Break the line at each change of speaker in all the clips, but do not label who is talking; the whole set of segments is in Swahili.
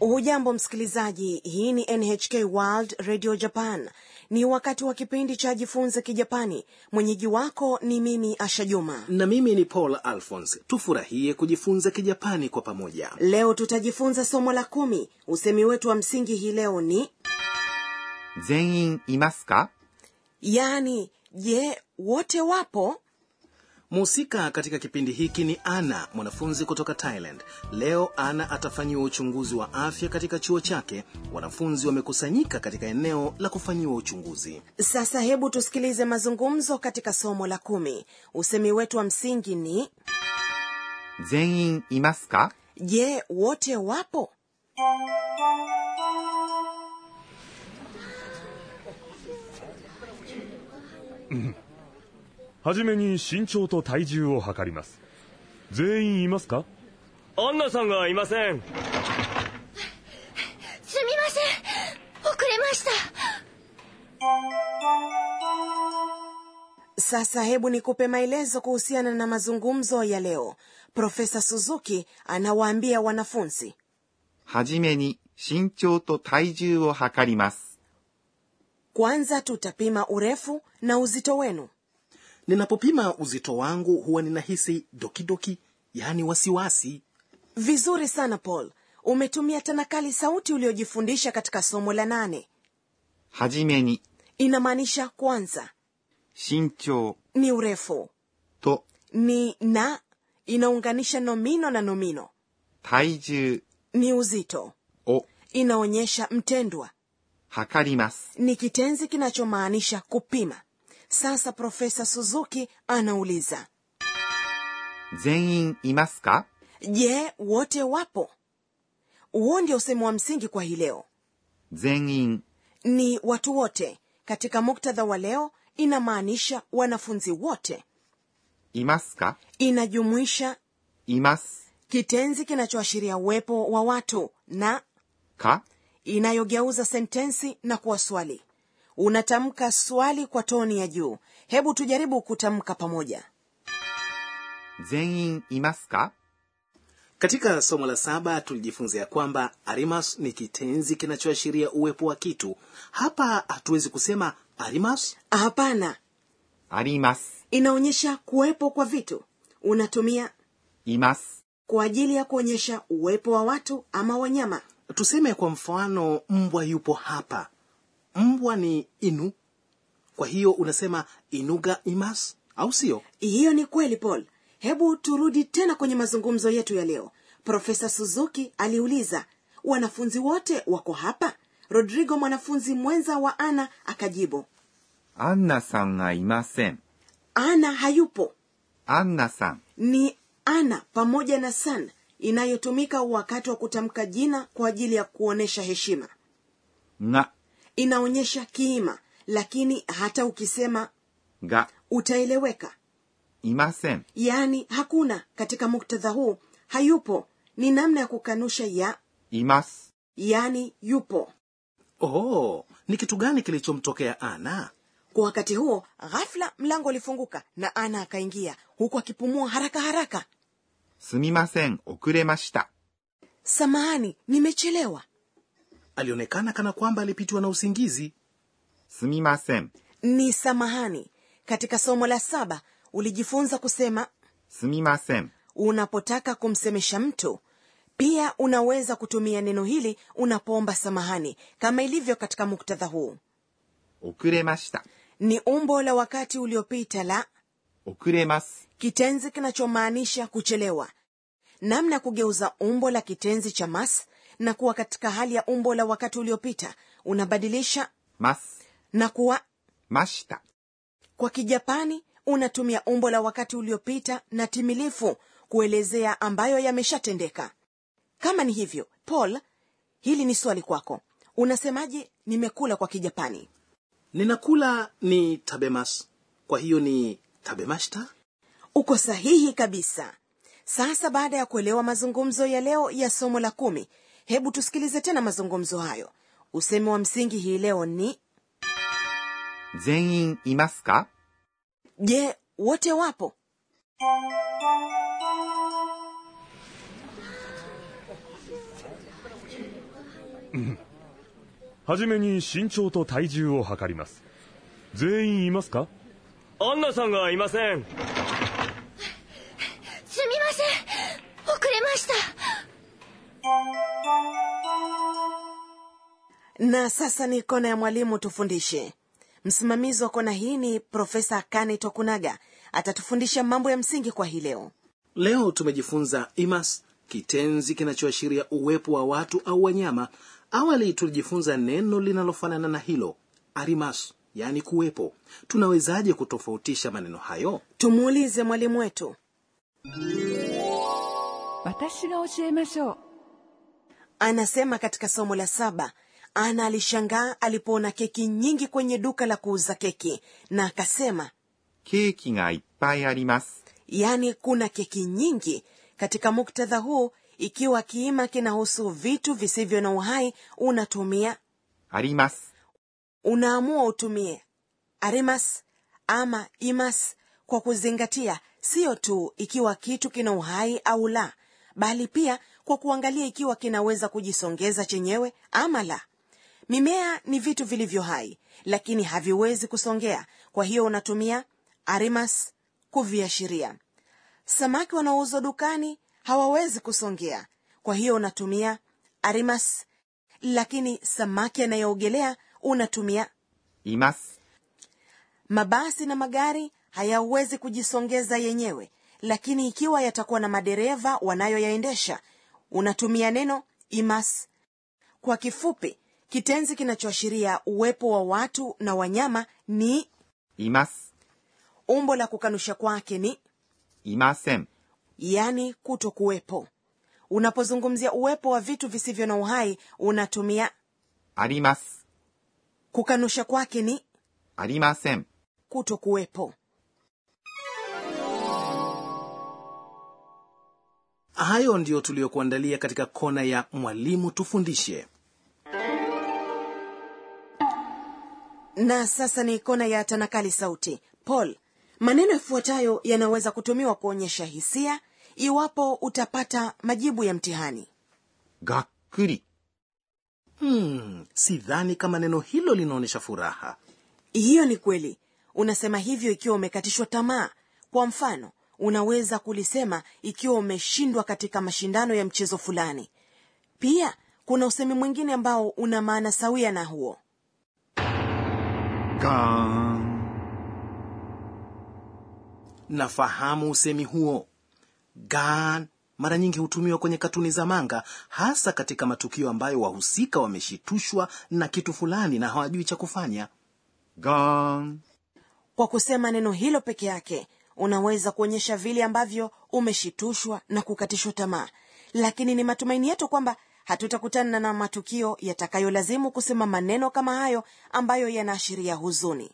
hujambo msikilizaji hii ni nhk world radio japan ni wakati wa kipindi cha jifunze kijapani mwenyeji wako ni mimi asha juma
na mimi ni paul alphons tufurahie kujifunza kijapani kwa pamoja
leo tutajifunza somo la kumi usemi wetu wa msingi hii leo ni
全員いますか
yaani je wote wapo
mhusika katika kipindi hiki ni ana mwanafunzi kutoka thailand leo ana atafanyiwa uchunguzi wa afya katika chuo chake wanafunzi wamekusanyika katika eneo la kufanyiwa uchunguzi
sasa hebu tusikilize mazungumzo katika somo la kumi usemi wetu wa msingi ni
全員いますか
je wote wapo
はじめに身長と体重を測ります全員いますか
アンナさんがいません
すみません遅れました
sasa hebu nikupe maelezo kuhusiana na mazungumzo ya leo profesa suzuki anawaambia wanafunzi
はじめに身長と体重を測ります。
kwanza tutapima urefu na uzito wenu
ninapopima uzito wangu huwa ninahisi dokidoki yaani wasiwasi
vizuri sana paul umetumia tanakali sauti uliyojifundisha katika somo la nane
はじめに
inamaanisha kwanza
身長
ni urefu
と
ni na inaunganisha nomino na nomino
体重
ni uzito
を
inaonyesha mtendwa
測ります。
ni kitenzi kinachomaanisha kupima sasa profesa suzuki anauliza
全員いますか
je wote wapo huo ndio usemo wa msingi kwa hii leo
全員
ni watu wote katika muktadha wa leo inamaanisha wanafunzi wote
いますか
inajumuisha
います。
kitenzi kinachoashiria uwepo wa watu na
か
inayogeuza sentensi na kuwa swali unatamka swali kwa toni ya juu hebu tujaribu kutamka pamoja
全員いますか
katika somo la saba tulijifunza ya kwamba arimas ni kitenzi kinachoashiria uwepo wa kitu hapa hatuwezi kusema arimas
hapana
あります。
inaonyesha kuwepo kwa vitu unatumia
います。
kwa ajili ya kuonyesha uwepo wa watu ama wanyama
tuseme kwa mfano mbwa yupo hapa mbwa ni inu kwa hiyo unasema inuga imas au sio
hiyo ni kweli paul hebu turudi tena kwenye mazungumzo yetu ya leo profesa suzuki aliuliza wanafunzi wote wako hapa rodrigo mwanafunzi mwenza wa ana akajibu
アンナさんがいません。
ana hayupo
アンナさん
ni ana pamoja na san inayotumika wakati wa kutamka jina kwa ajili ya kuonyesha heshima
が
inaonyesha kiima lakini hata ukisema
が
utaeleweka
いません。
yaani hakuna katika muktadha huu hayupo ni namna ya kukanusha ya
います。
yaani yupo
oh ni kitu gani kilichomtokea ana
kwa wakati huo ghafla mlango ulifunguka na ana akaingia huku akipumua haraka haraka
すみません。遅れました。
samahani nimechelewa
alionekana kana kwamba alipitwa na usingizi
すみません。
ni samahani katika somo la saba ulijifunza kusema
すみません。
unapotaka kumsemesha mtu pia unaweza kutumia neno hili unapoomba samahani kama ilivyo katika muktadha huu
遅れました。
ni umbo la wakati uliopita la
遅れます。
kitenzi kinachomaanisha kuchelewa namna ya kugeuza umbo la kitenzi cha mas na kuwa katika hali ya umbo la wakati uliopita unabadilisha
ます。
na kuwa
ました。
kwa kijapani unatumia umbo la wakati uliopita na timilifu kuelezea ambayo yameshatendeka kama ni hivyo paul hili ni swali kwako unasemaje nimekula kwa kijapani
ninakula ni tabemas kwa hiyo ni tabemashita
uko sahihi kabisa sasa baada ya kuelewa mazungumzo ya leo ya somo la kumi hebu tusikilize tena mazungumzo hayo usemi wa msingi hii leo ni
全員いますか
je wote wapo
は
はじめに身長と体重を測ります。全員いますか
アンナさんがいません
すみません遅れました
na sasa ni kona ya mwalimu tufundishe msimamizi wa kona hii ni profesa kane tokunaga atatufundisha mambo ya msingi kwa hii leo
leo tumejifunza imas kitenzi kinachoashiria uwepo wa watu au wanyama awali tulijifunza neno linalofanana na hilo arimas yaani kuwepo tunawezaje kutofautisha maneno hayo
tumuulize mwalimu wetu
私が教えましょう
anasema katika somo la saba ana alishangaa alipoona keki nyingi kwenye duka la kuuza keki na akasema
ケーキがいっぱいあります。
yaani kuna keki nyingi katika muktadha huu ikiwa kiima kinahusu vitu visivyo na uhai unatumia
あります。
unaamua utumie arimas ama imas kwa kuzingatia siyo tu ikiwa kitu kina uhai au la bali pia kwa kuangalia ikiwa kinaweza kujisongeza chenyewe ama la mimea ni vitu vilivyo hai lakini haviwezi kusongea kwa hiyo unatumia arimas kuviashiria samaki wanaouzwa dukani hawawezi kusongea kwa hiyo unatumia arimas lakini samaki anayoogelea unatumia
います。
mabasi na magari hayawezi kujisongeza yenyewe lakini ikiwa yatakuwa na madereva wanayoyaendesha unatumia neno imas kwa kifupi kitenzi kinachoashiria uwepo wa watu na wanyama ni
います。
umbo la kukanusha kwake ni
いません。
yani kuto kuwepo yaani unapozungumzia uwepo wa vitu visivyo na uhai unatumia
あります。
kukanusha kwake ni
ありません。
kuto kuwepo
hayo ndiyo tuliyokuandalia katika kona ya mwalimu tufundishe
na sasa ni kona ya tanakali sauti paul maneno yafuatayo yanaweza kutumiwa kuonyesha hisia iwapo utapata majibu ya mtihani
がっくり。
hmm, sidhani kama neno hilo linaonyesha furaha
hiyo ni kweli unasema hivyo ikiwa umekatishwa tamaa kwa mfano unaweza kulisema ikiwa umeshindwa katika mashindano ya mchezo fulani pia kuna usemi mwingine ambao una maana sawia na huo
ガーン。
nafahamu usemi huo gan mara nyingi hutumiwa kwenye katuni za manga hasa katika matukio ambayo wahusika wameshitushwa na kitu fulani na hawajui cha kufanya
ガーン。
kwa kusema neno hilo peke yake unaweza kuonyesha vile ambavyo umeshitushwa na kukatishwa tamaa lakini ni matumaini yetu kwamba hatutakutana na matukio yatakayolazimu kusema maneno kama hayo ambayo yanaashiria huzuni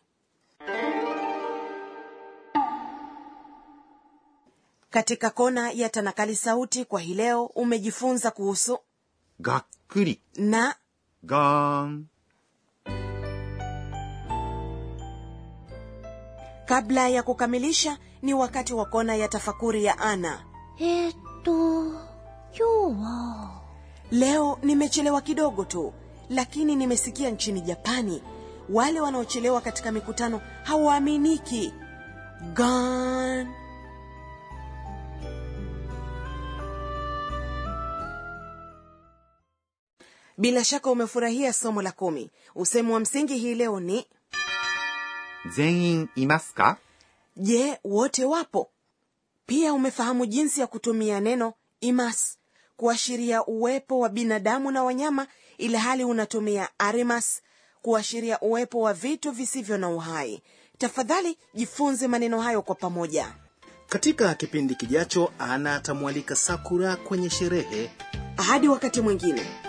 katika kona ya tanakali sauti kwa hii leo umejifunza kuhusu
がっくり。
na
ガーン。
kabla ya kukamilisha ni wakati wa kona ya tafakuri ya ana
えー、っと今日は
leo nimechelewa kidogo tu lakini nimesikia nchini japani wale wanaochelewa katika mikutano hawaaminiki gan bila shaka umefurahia somo la kumi usehemu wa msingi hii leo ni
全員いますか
je wote wapo pia umefahamu jinsi ya kutumia neno imas kuashiria uwepo wa binadamu na wanyama ilhali unatumia arimas kuashiria uwepo wa vitu visivyo na uhai tafadhali jifunze maneno hayo kwa pamoja
katika kipindi kijacho ana atamwalika sakura kwenye sherehe
hadi wakati mwingine